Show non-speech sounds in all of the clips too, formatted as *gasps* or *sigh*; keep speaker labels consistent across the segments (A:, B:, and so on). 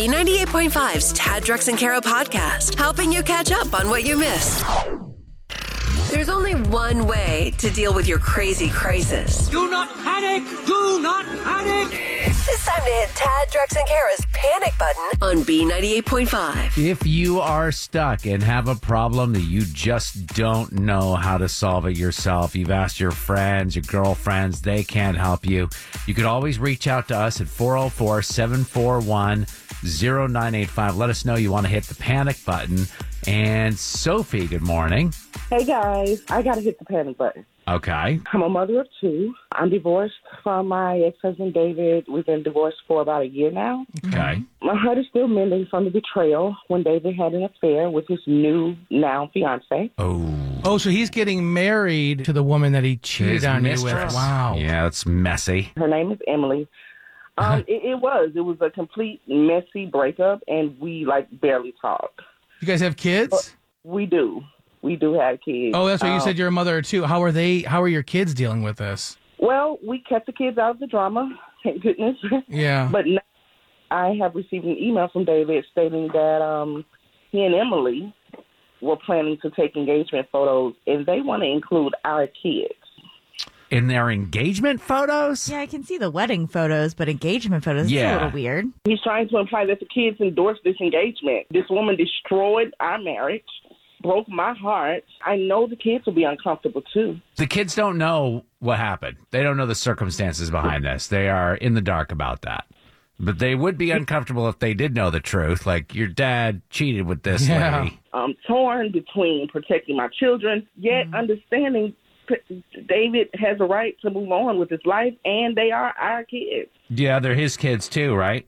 A: B98.5's Tad Drex and Kara podcast, helping you catch up on what you missed. There's only one way to deal with your crazy crisis.
B: Do not panic! Do not panic!
A: It's time to hit Tad Drex and Kara's panic button on B98.5.
C: If you are stuck and have a problem that you just don't know how to solve it yourself, you've asked your friends, your girlfriends, they can't help you. You could always reach out to us at 404 741 0985. Let us know you want to hit the panic button. And Sophie, good morning.
D: Hey guys, I gotta hit the panic button.
C: Okay.
D: I'm a mother of two. I'm divorced from my ex husband David. We've been divorced for about a year now.
C: Okay.
D: My heart is still mending from the betrayal when David had an affair with his new now fiance.
C: Oh,
E: Oh, so he's getting married to the woman that he cheated
C: his
E: on you
C: mistress.
E: with. Wow.
C: Yeah, that's messy.
D: Her name is Emily.
E: *laughs*
D: Um, it, it was. It was a complete messy breakup, and we like barely talk.
E: You guys have kids?
D: We do. We do have kids.
E: Oh, that's why you
D: Um,
E: said you're a mother too. How are they? How are your kids dealing with this?
D: Well, we kept the kids out of the drama. Thank goodness.
E: Yeah.
D: But now I have received an email from David stating that um, he and Emily were planning to take engagement photos, and they want to include our kids.
C: In their engagement photos?
F: Yeah, I can see the wedding photos, but engagement photos is
C: Yeah.
F: a little weird.
D: He's trying to imply that the kids endorsed this engagement. This woman destroyed our marriage, broke my heart. I know the kids will be uncomfortable too.
C: the kids don't know what happened. They don't know the circumstances behind this. They are in the dark about that. But they would be uncomfortable if they did know the truth. Like your dad cheated with this
E: Yeah.
C: lady.
D: I'm torn between protecting my children, yet understanding p- David has a right to move on with his life, and they are our kids.
C: Yeah, they're his kids too, right?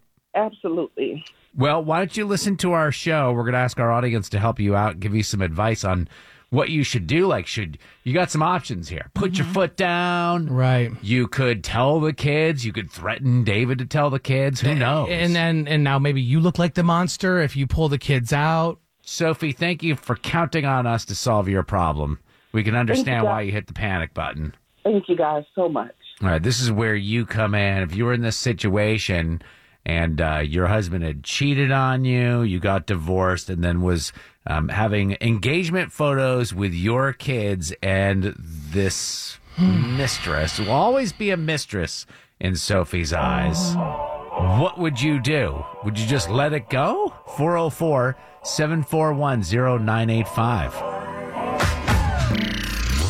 D: Absolutely.
C: Well, why don't you listen to our show? We're going to ask our audience to help you out, give you some advice on what you should do. Like, should you got some options here? Put your foot down.
E: Mm-hmm. right.
C: You could tell the kids. You could threaten David to tell the kids. Who knows?
E: And then and now maybe you look like the monster if you pull the kids out.
C: Sophie, thank you for counting on us to solve your problem. We can understand why you hit the panic button.
D: Thank you guys so much.
C: All right, this is where you come in. If you were in this situation and uh, your husband had cheated on you, you got divorced, and then was um, having engagement photos with your kids and this mistress, will always be a mistress in Sophie's eyes. What would you do? Would you just let it go? 404 741 0985.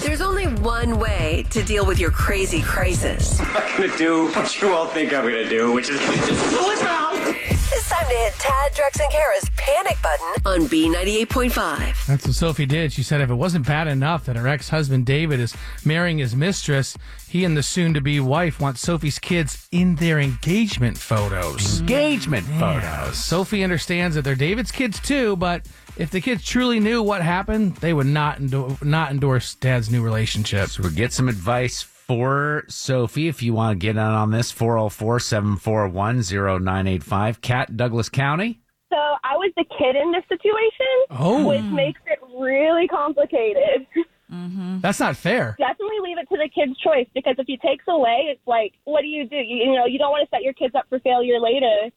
A: There's only one way to deal with your crazy crisis.
G: I'm gonna do what you all think I'm gonna do, which is just flip out.
A: It's time to hit Tad Drex and Kara's panic button on B98.5.
E: That's what Sophie did. She said if it wasn't bad enough that her ex husband David is marrying his mistress, he and the soon to be wife want Sophie's kids in their engagement photos.
C: Engagement photos.
E: Sophie understands that they're David's kids too, but if the kids truly knew what happened, they would not endo- not endorse Dad's new relationship.
C: So we'll get some advice for Sophie if you want to get in on this 404 741 0985. Cat, Douglas County.
H: So I was the kid in this situation,
E: Oh.
H: which makes it really complicated.
E: That's not fair.
H: Definitely leave it to the kid's choice because if he takes away, it's like, what do you do? You, you know, you don't want to set your kids up for failure later.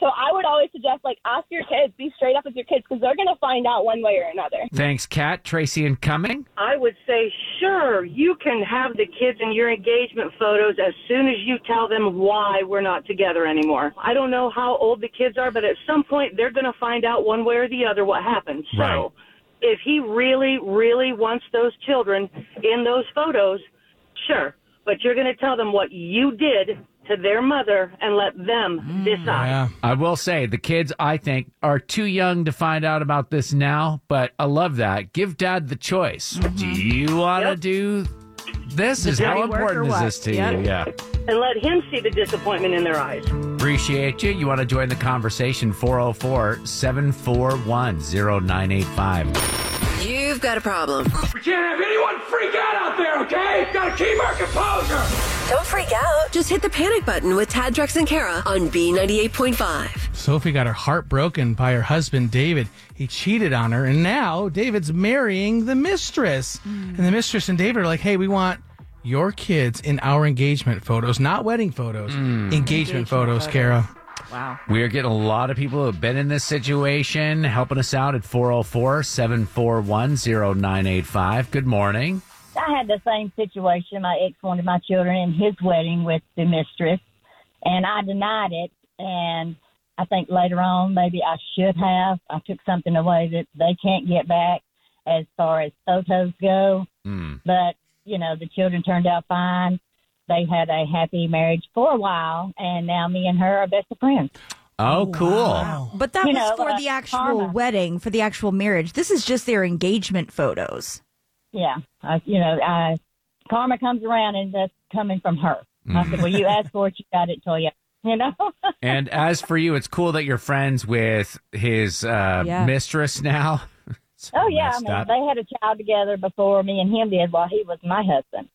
H: So I would always suggest, like, ask your kids, be straight up with your kids because they're going to find out one way or another.
C: Thanks, Cat. Tracy and Cumming.
I: I would say, sure, you can have the kids in your engagement photos as soon as you tell them why we're not together anymore. I don't know how old the kids are, but at some point they're going to find out one way or the other what happened. So
C: Right.
I: if he really, really wants those children in those photos, sure. But you're going to tell them what you did to their mother and let them decide.
E: Yeah.
C: I will say the kids, I think, are too young to find out about this now, but I love that. Give dad the choice. Do you want to do this? Is how
F: Mm-hmm. dirty work or
C: important is
F: what?
C: this to you?
F: Yep.
C: Yeah.
I: And let him see the disappointment in their eyes.
C: Appreciate you. You want to join the conversation 404 741 0985.
A: You've got a problem.
B: We can't have anyone freak out out there, okay? Gotta keep our composure!
A: Don't freak out. Just hit the panic button with Tad Drex and Kara on B98.5.
E: Sophie got her heart broken by her husband David. He cheated on her, and now David's marrying the mistress.
I: Hmm.
E: And the mistress and David are like, "Hey, we want your kids in our engagement photos, not wedding photos, engagement, photos, Kara."
F: Wow.
C: Hmm. We are getting a lot of people who have been in this situation helping us out at 404 741 0985.
F: *laughs*
C: Good morning.
J: I had the same situation. My ex wanted my children in his wedding with the mistress, and I denied it. And I think later on, maybe I should have. I took something away that they can't get back as far as photos go.
C: Hmm.
J: But, you know, the children turned out fine. They had a happy marriage for a while, and now me and her are best of friends.
C: Oh, cool.
F: But that
J: You
F: was
J: know,
F: for
J: uh,
F: the actual
J: karma.
F: wedding, for the actual marriage. This is just their engagement photos.
J: yeah, I, Uh, you know, I, karma comes around, and that's coming from her. I said, well, you asked for it, you got it, Toya. You know,
C: And as for you, it's cool that you're friends with his uh,
F: Yeah.
C: mistress now. It's
J: oh yeah, I
C: messed
J: mean,
C: up.
J: they had a child together before me and him did, while he was my husband,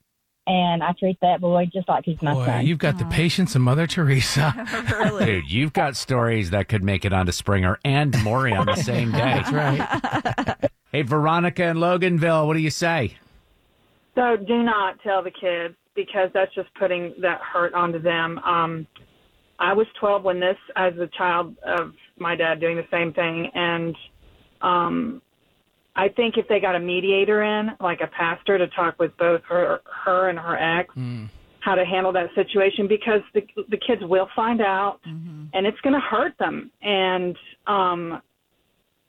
J: and I treat that boy just like he's my
E: Boy,
J: son.
E: you've got the patience of Mother Teresa.
F: *laughs* really?
C: Dude, you've got stories that could make it onto Springer and
F: *laughs*
C: Maury on the same day.
E: That's right.
C: Hey, Veronica and Loganville, what do you say?
I: So do not tell the kids because that's just putting that hurt onto them. Um, I was 12 when this, as a child of my dad doing the same thing, and um, I think if they got a mediator in, like a pastor, to talk with both her, her and her ex, how to handle that situation, because the the kids will find out,
E: Mm-hmm.
I: and it's going to hurt them, and um,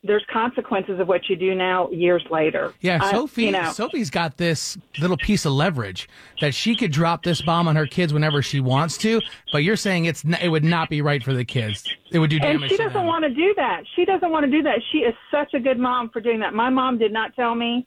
I: there's consequences of what you do now years later.
E: Yeah,
I: I-
E: Sophie.
I: you know,
E: Sophie's got this little piece of leverage that she could drop this bomb on her kids whenever she wants to. But you're saying it's n- it would not be right for the kids. It would do
I: And
E: damage.
I: she
E: to
I: doesn't
E: them.
I: want to do that. She doesn't want to do that. She is such a good mom for doing that. My mom did not tell me.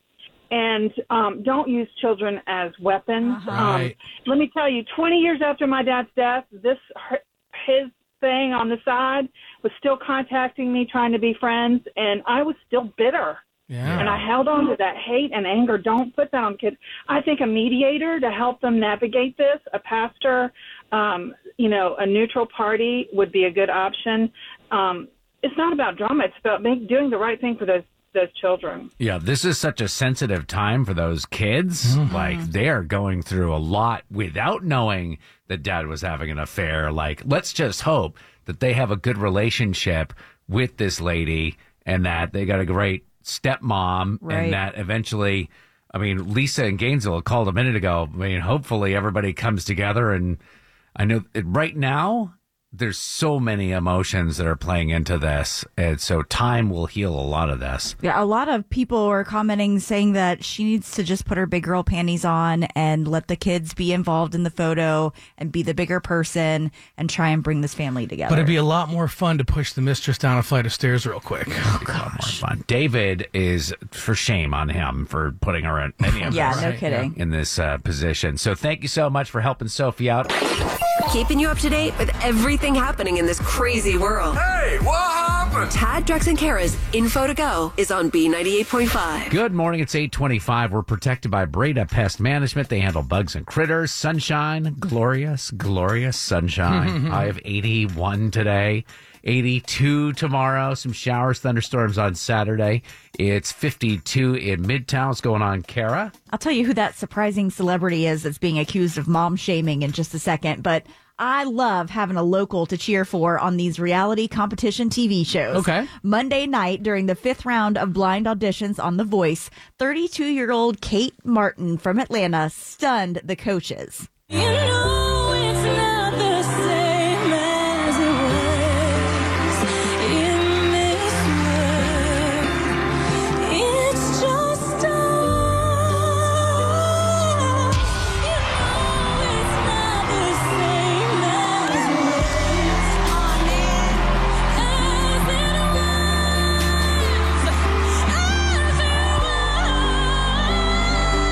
I: And um, don't use children as weapons. Um,
E: Right.
I: let me tell you, 20 years after my dad's death, this her, his thing on the side was still contacting me, trying to be friends, and I was still bitter.
E: Yeah.
I: And I held on to that hate and anger. Don't put that on kids. I think a mediator to help them navigate this, a pastor, um, you know, a neutral party would be a good option. Um, it's not about drama. It's about make, doing the right thing for those those children.
C: Yeah, this is such a sensitive time for those kids. Like they are going through a lot without knowing that dad was having an affair. Like, let's just hope that they have a good relationship with this lady and that they got a great stepmom
F: Right.
C: and that eventually I mean, Lisa and Gainesville called a minute ago. I mean, hopefully everybody comes together and I know it, right now there's so many emotions that are playing into this. And so time will heal a lot of this.
F: Yeah, a lot of people are commenting saying that she needs to just put her big girl panties on and let the kids be involved in the photo and be the bigger person and try and bring this family together.
E: But it'd be a lot more fun to push the mistress down a flight of stairs real quick.
I: Oh,
C: more fun. David is for shame on him for putting her in any
F: *laughs*
C: of
F: yeah,
C: this,
F: no kidding.
C: in this uh, position. So thank you so much for helping Sophie out.
A: Keeping you up to date with everything happening in this crazy world.
B: Hey, what happened?
A: Tad, Drex, and Kara's Info to Go is on B98.5.
C: Good morning. It's 825. We're protected by Breda Pest Management. They handle bugs and critters. Sunshine, glorious, glorious sunshine. I have 81 today, 82 tomorrow, some showers, thunderstorms on Saturday. It's 52 in Midtown. What's going on, Kara?
F: I'll tell you who that surprising celebrity is that's being accused of mom shaming in just a second, but I love having a local to cheer for on these reality competition TV shows.
E: Okay.
F: Monday night during the fifth round of blind auditions on The Voice, 32 year old Kate Martin from Atlanta stunned the coaches.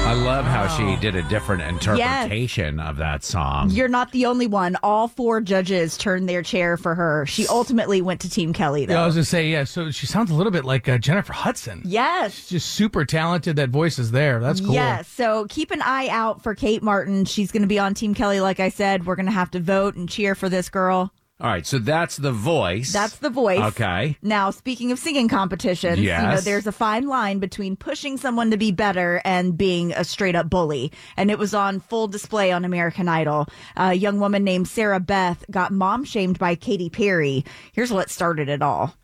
C: I love how she did a different interpretation of that song.
F: You're not the only one. All four judges turned their chair for her. She ultimately went to Team Kelly, though.
E: Yeah, I was gonna say yeah. So she sounds a little bit like uh, Jennifer Hudson.
F: yes.
E: Just super talented. That voice is there. That's cool.
F: Yes. So keep an eye out for Kate Martin. She's going to be on Team Kelly, like I said. We're going to have to vote and cheer for this girl.
C: All right, so that's the voice.
F: That's the voice.
C: Okay.
F: Now, speaking of singing competitions, you know,
C: Yes.
F: there's a fine line between pushing someone to be better and being a straight up bully. And it was on full display on American Idol. A young woman named Sarah Beth got mom shamed by Katy Perry. Here's what started it all.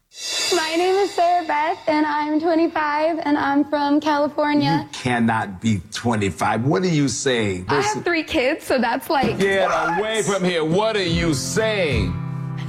K: My name is Sarah Beth, and I'm 25, and I'm from California.
L: Cannot be 25. What are you saying?
K: I have three kids, so that's like. *laughs*
L: Get away from here. What are you *laughs* saying?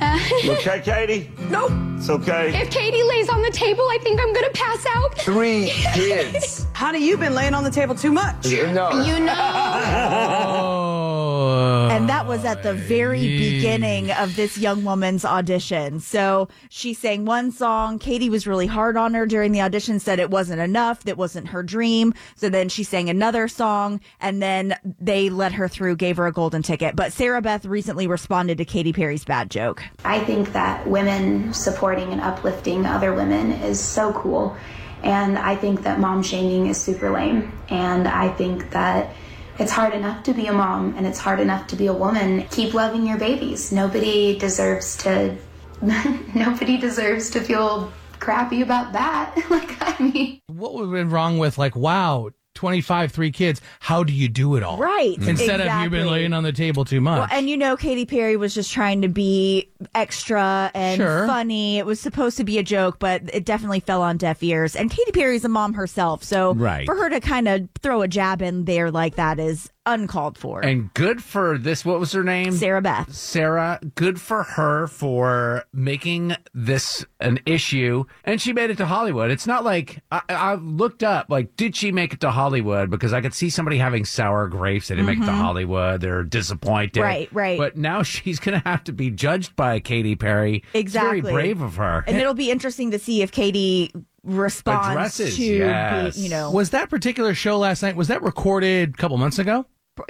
K: Uh,
L: okay, Katie?
K: Nope.
L: It's *laughs* okay.
K: if Katie lays on the table, I think I'm gonna pass out. *laughs*
L: Three kids.
M: Honey, you've been laying on the table too much.
L: No. *laughs*
K: You know.
F: and that was at the very beginning of this young woman's audition. So she sang one song. Katie was really hard on her during the audition, said it wasn't enough, that wasn't her dream. So then she sang another song, and then they let her through, gave her a golden ticket. But Sarah Beth recently responded to Katy Perry's bad joke.
N: I think that women supporting and uplifting other women is so cool. And I think that mom shaming is super lame. And I think that it's hard enough to be a mom and it's hard enough to be a woman. Keep loving your babies. Nobody deserves to *laughs* nobody deserves to feel crappy about that. like I mean
E: What would have been wrong with like, wow, 25, three kids. How do you do it all?
F: Right,
E: Instead of you
F: exactly.
E: been laying on the table too much.
F: Well, and you know, Katy Perry was just trying to be extra and
E: Sure.
F: funny. It was supposed to be a joke, but it definitely fell on deaf ears. And Katy Perry's a mom herself, so
C: Right.
F: for her to kind of throw a jab in there like that is uncalled for.
C: And good for this. What was her name?
F: Sarah Beth.
C: Sarah. Good for her for making this an issue. And she made it to Hollywood. It's not like I, I looked up, like, did she make it to Hollywood? Because I could see somebody having sour grapes. They didn't make it to
F: Mhm.
C: Hollywood. They're disappointed.
F: Right, right.
C: But now *laughs* she's going to have to be judged by Katy Perry. It's
F: exactly,
C: very brave of her.
F: And it'll be interesting to see if Katy responds
C: Addresses,
F: to
C: yes.
F: be, you know.
E: was that particular show last night? Was that recorded a couple months ago?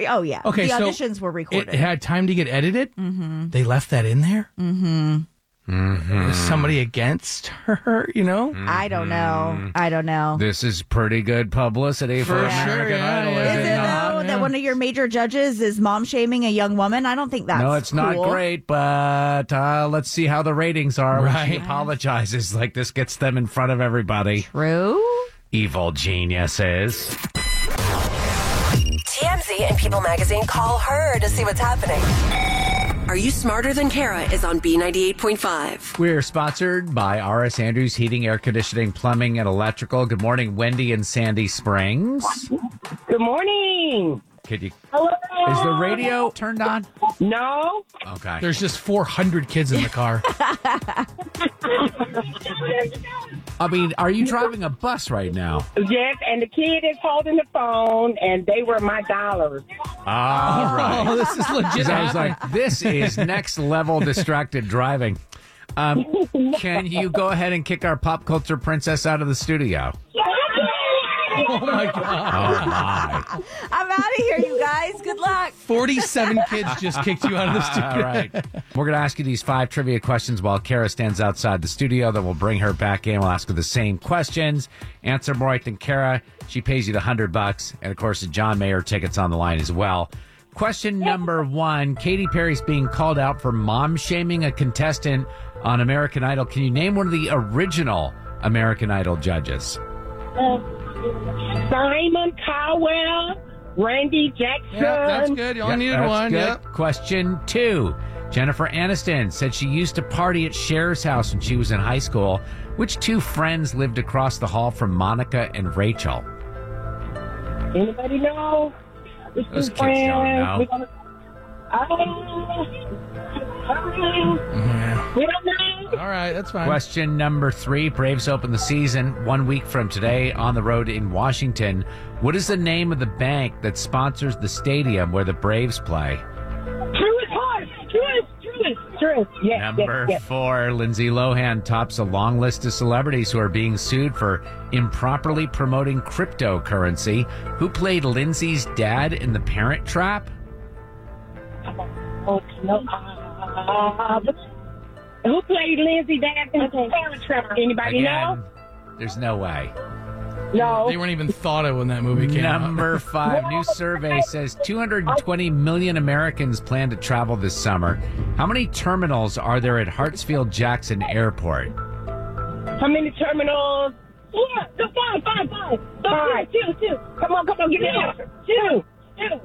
F: oh yeah,
E: Okay,
F: the
E: so
F: auditions were recorded.
E: It had time to get edited.
F: mm-hmm.
E: They left that in there.
F: Mm-hmm.
E: Is somebody against her? You know,
F: I don't
C: Mm-hmm.
F: know. I don't know.
C: This is pretty good publicity for,
E: For sure,
C: American
E: yeah,
C: Idol.
E: yeah.
C: is
E: Is
C: it
E: it,
C: not?
F: Oh, that one of your major judges is mom shaming a young woman. I don't think that's
C: no, it's not
F: cool.
C: great, but uh, let's see how the ratings are. when She
E: Right.
C: apologizes. *laughs* Like, this gets them in front of everybody.
F: True.
C: Evil geniuses.
A: TMZ and People Magazine call her to see what's happening. Are You Smarter Than Kara is on B98.5.
C: We're sponsored by RS Andrews Heating, Air Conditioning, Plumbing, and Electrical. Good morning, Wendy and Sandy Springs.
M: Good morning.
C: Could you?
M: Hello.
C: Is the radio turned on?
M: No.
C: Okay.
E: there's just *laughs* 400 kids in the car.
C: *laughs* I mean, are you driving a bus right now?
M: Yes, and the kid is holding the phone, and they were my dollars.
C: All right.
E: Oh, *laughs* this is legit
C: 'Cause I was
E: happening.
C: like,
E: *laughs*
C: this is next level distracted driving. Um, can you go ahead and kick our pop culture princess out of
E: *laughs*
C: the studio?
F: *laughs*
E: oh my god!
C: Oh my!
F: I'm out of here, you guys. Good luck. *laughs*
E: 47 kids just kicked you out of the studio.
C: All right.
L: *laughs*
C: We're going to ask you these five trivia questions while Kara stands outside the studio. Then we'll bring her back in. We'll ask her the same questions. Answer more right than Kara. She pays you the hundred bucks, and of course, the John Mayer tickets on the line as well. Question number one: Katy Perry's being called out for mom shaming a contestant on American Idol. Can you name one of the original American Idol judges?
M: Simon Cowell, Randy Jackson.
E: Yep, that's good. You only
C: Yep,
E: needed
C: that's
E: one.
C: good.
E: Yep.
C: Question two. Jennifer Aniston said she used to party at Cher's house when she was in high school. Which two friends lived across the hall from Monica and Rachel?
M: Anybody know? It's
C: Those
M: two
C: kids don't
M: friends.
C: know.
M: We're gonna- Oh. Oh. We don't know.
E: All right, that's fine.
C: Question number three. Braves open the season one week from today on the road in Washington. What is the name of the bank that sponsors the stadium where the Braves play?
M: Truest horse. Truest, truest, truest. Yes,
C: Number
M: yes, yes.
C: four, Lindsay Lohan tops a long list of celebrities who are being sued for improperly promoting cryptocurrency. Who played Lindsay's dad in The Parent Trap?
M: Oh, no. Uh, who played Lindsay Dad in the Parent Trap? Anybody know?
C: There's no way.
M: No.
E: They weren't even thought of when that movie came out. *laughs*
C: Number five, new survey says 220 million Americans plan to travel this summer. How many terminals are there at Hartsfield Jackson Airport?
M: How many terminals? Four. The five, five, five. The five. Two, two. Come on, come on, give me an answer. Two, two.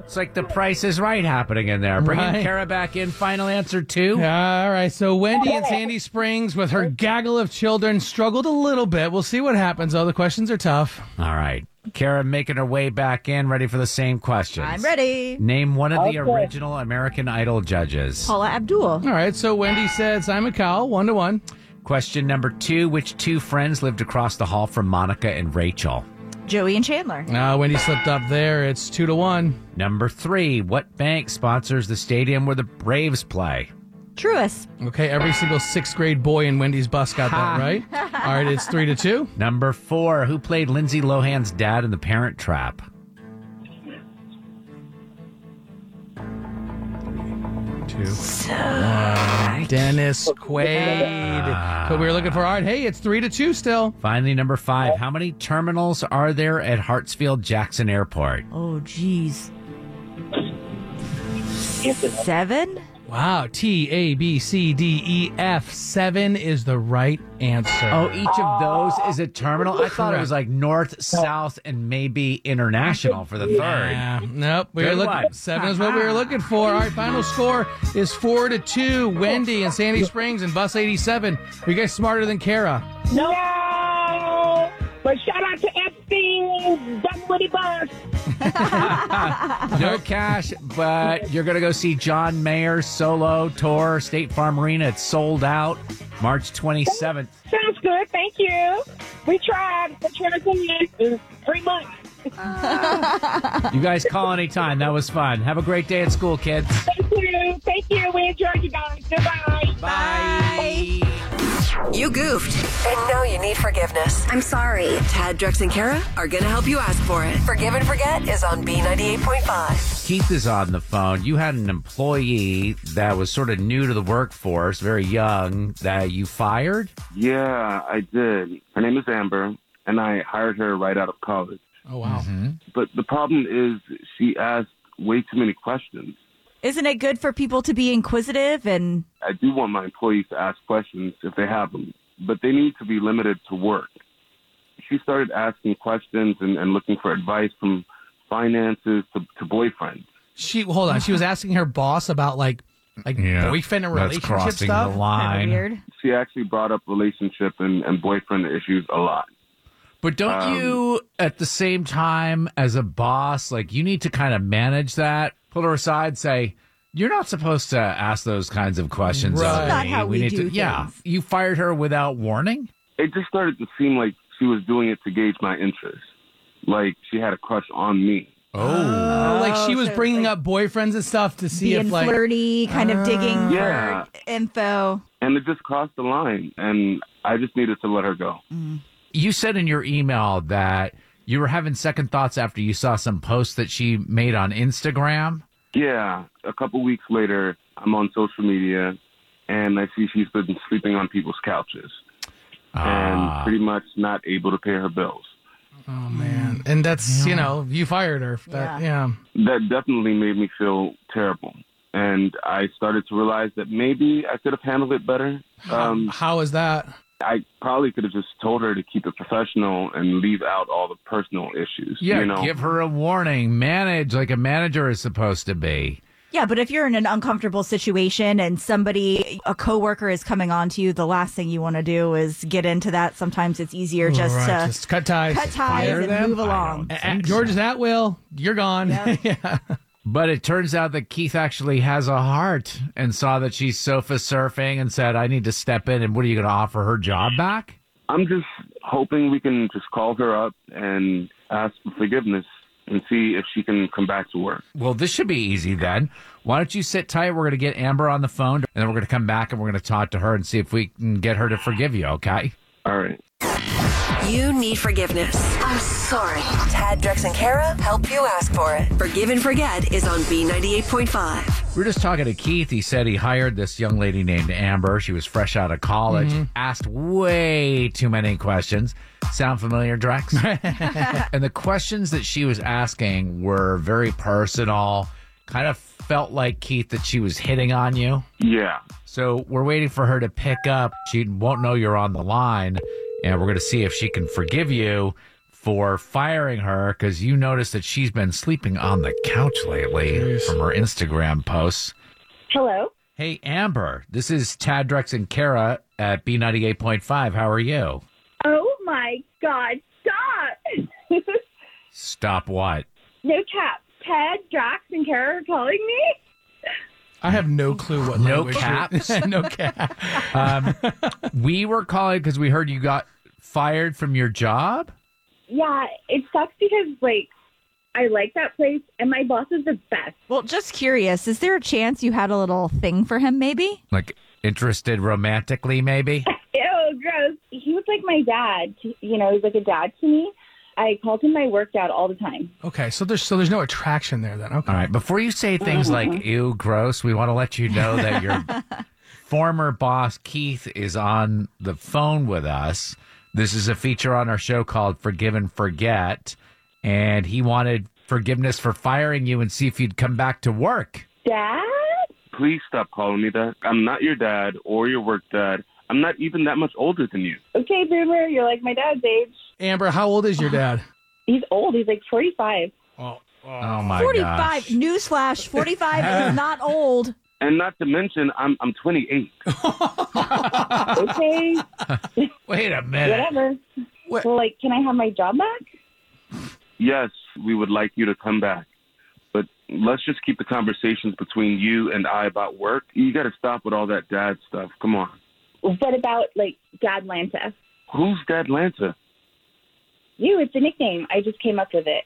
C: It's like the price is right happening in there. Bringing
E: Right.
C: Kara back in. Final answer two.
E: All right, so Wendy in Sandy Springs with her gaggle of children struggled a little bit. We'll see what happens. though. the questions are tough.
C: All right. Kara making her way back in, ready for the same questions.
F: I'm ready.
C: Name one of the
F: Okay.
C: original American Idol judges.
F: Paula Abdul. All
E: right, so Wendy said Simon Cowell, one to one.
C: Question number two Which two friends lived across the hall from Monica and Rachel?
F: Joey and Chandler.
E: Uh, Wendy slipped up there. It's two to one.
C: Number three What bank sponsors the stadium where the Braves play?
F: Truest.
E: Okay, every single sixth grade boy in Wendy's bus got that right. All right, it's three to two.
C: *laughs* Number four Who played Lindsay Lohan's dad in The Parent Trap?
E: Two. One. Dennis Quaid. but we were looking for. All right, hey, it's three to two still.
C: Ah. Finally, number five How many terminals are there at Hartsfield Jackson Airport?
F: Oh, geez. Seven?
E: Wow, T A B C D E F. Seven is the right answer.
C: Oh, each of those is a terminal? I thought it was like north, south, and maybe international for the third.
E: Yeah. Nope. We were
C: Good
E: looking
C: one.
E: seven is what we were looking for. All right, final score is four to two. Wendy and Sandy Springs and Bus 87. Are you guys smarter than Kara?
M: No. But shout out to Epstein, Dumb Woody Bus.
C: No cash, but you're going to go see John Mayer's solo tour, State Farm Arena. It's sold out March 27th.
M: Sounds good. Thank you. We tried. The transition is three *laughs* months.
L: Mm-hmm.
C: You guys call anytime. That was fun. Have a great day at school, kids.
M: Thank you. Thank you. We enjoyed you guys. Goodbye.
A: Bye. You goofed. And now you need forgiveness. I'm sorry. Tad, Drex, and Kara are going to help you ask for it. Forgive and Forget is on B98.5.
C: Keith is on the phone. You had an employee that was sort of new to the workforce, very young, that you fired.
O: Yeah, I did. Her name is Amber, and I hired her right out of college.
E: Oh, wow.
O: But the problem is she asked way too many questions.
F: Isn't it good for people to be inquisitive and
O: I do want my employees to ask questions if they have them, but they need to be limited to work. She started asking questions and, and looking for advice from finances to, to boyfriends.
E: She hold on. She was asking her boss about like like boyfriend and relationship stuff.
O: She actually brought up relationship and, and boyfriend issues a lot.
C: But don't
O: Um,
C: you, at the same time as a boss, like you need to kind of manage that, pull her aside, say, you're not supposed to ask those kinds of questions.
O: Right.
C: of
O: That's not
C: me.
O: how we
C: need
O: do
C: to, yeah. You fired her without warning.
O: It just started to seem like she was doing it to gauge my interest, like she had a crush on me.
E: Oh, like she was bringing up boyfriends and stuff to see
F: being
E: if like Ah.
F: flirty, kind of digging
O: Yeah.
F: for info?
O: and it just crossed the line and i just needed to let her go
E: Mm.
C: You said in your email that you were having second thoughts after you saw some posts that she made on Instagram.
O: yeah a couple weeks later i'm on social media and i see she's been sleeping on people's couches
E: Ah.
O: and pretty much not able to pay her bills
E: Oh man. And that's you know, you fired her. That, yeah.
O: that definitely made me feel terrible and i started to realize that maybe i could have handled it better um,
E: How is that?
O: i probably could have just told her to keep it professional and leave out all the personal issues
C: Yeah,
O: you know
C: give her a warning. Manage like a manager is supposed to be.
F: Yeah, but if you're in an uncomfortable situation and somebody, a coworker is coming on to you, the last thing you want to do is get into that. Sometimes it's easier just
E: Right,
F: to
E: just cut ties.
F: cut ties
E: Fire
F: and
E: them?
F: move
E: I
F: along.
E: A- a- George is at will. You're gone. *laughs*
C: But it turns out that Keith actually has a heart and saw that she's sofa surfing and said, I need to step in. And what are you going to offer her job back?
O: I'm just hoping we can just call her up and ask for forgiveness and see if she can come back to work.
C: Well, this should be easy then. Why don't you sit tight? We're going to get Amber on the phone and then we're going to come back and we're going to talk to her and see if we can get her to forgive you, okay?
O: All right.
A: You need forgiveness. I'm sorry. Tad, Drex, and Kara help you ask for it. Forgive and Forget is on B98.5.
C: We were just talking to Keith. He said he hired this young lady named Amber. She was fresh out of college,
E: Mhm.
C: asked way too many questions. Sound familiar, Drex? and the questions that she was asking were very personal, kind of felt like, Keith, that she was hitting on you.
O: Yeah.
C: So we're waiting for her to pick up. She won't know you're on the line, and we're going to see if she can forgive you for firing her because you noticed that she's been sleeping on the couch lately from her Instagram posts.
P: Hello.
C: Hey, Amber, this is Tad Drex and Kara at B98.5. How are you?
P: Oh my God! Stop.
C: Stop what?
P: no cap. Ted, Drax, and Kara are calling me.
E: I have no clue what
C: No
E: language
C: caps.
E: *laughs* no cap.
C: Um, we were calling because we heard you got fired from your job.
P: Yeah, it sucks because like I like that place, and my boss is the best.
F: Well, just curious, is there a chance you had a little thing for him, maybe?
C: Like, interested romantically, maybe?
P: Ew, gross. He was like my dad. You know, he's like a dad to me. I called him my work dad all the time.
E: Okay, so there's so there's no attraction there then. Okay.
C: All right. Before you say things like "ew, gross," we want to let you know that your former boss Keith is on the phone with us. This is a feature on our show called "Forgive and Forget," and he wanted forgiveness for firing you and see if you'd come back to work.
P: Dad?
O: Please stop calling me that. I'm not your dad or your work dad. I'm not even that much older than you.
P: Okay, Boomer, you're like my dad's age.
E: Amber, how old *gasps* is your dad?
P: He's old. He's like 45.
C: Oh my
F: 45, newsflash, 45 is not old.
O: And not to mention, I'm I'm 28.
P: okay.
C: Wait a
P: Whatever. Well, like, can I have my job back?
O: Yes, we would like you to come back, but let's just keep the conversations between you and I about work. You got to stop with all that dad stuff. Come on.
P: What about like Dadlanta?
O: Who's Dad Lanta?
P: You, it's a nickname. I just came up with
E: *laughs*
P: it.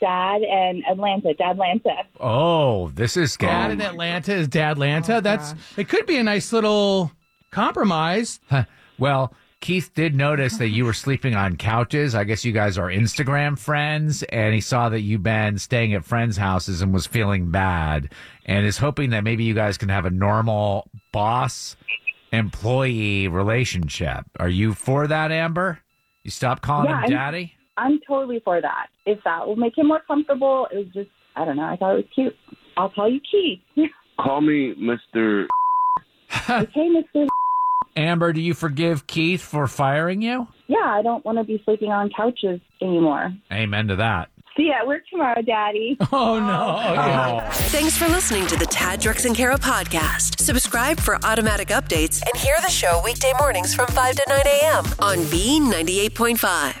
P: Dad and Atlanta. Dadlanta.
C: Oh, this is
E: Dad in
C: scary.
E: Atlanta Oh, is Dadlanta. That's it. Could be a nice little compromise.
C: Huh. well, Keith did notice that you were sleeping on couches. I guess you guys are Instagram friends, and he saw that you've been staying at friends' houses and was feeling bad and is hoping that maybe you guys can have a normal boss employee relationship. Are you for that, Amber? You stop calling him
P: I'm-
C: daddy?
P: I'm totally for that. If that will make him more comfortable, it was just, I don't know. I thought it was cute. I'll call you
E: *laughs*
P: Keith.
O: Call me Mr.
P: okay, Mr.
C: Amber, do you forgive Keith for firing you?
P: Yeah, I don't want to be sleeping on couches anymore.
C: Amen to that.
P: See you at work tomorrow, Daddy.
E: Oh, no.
C: Oh.
A: Thanks for listening to the Tad, Drex, and Kara podcast. Subscribe for automatic updates and hear the show weekday mornings from 5 to 9 a.m. on B98.5.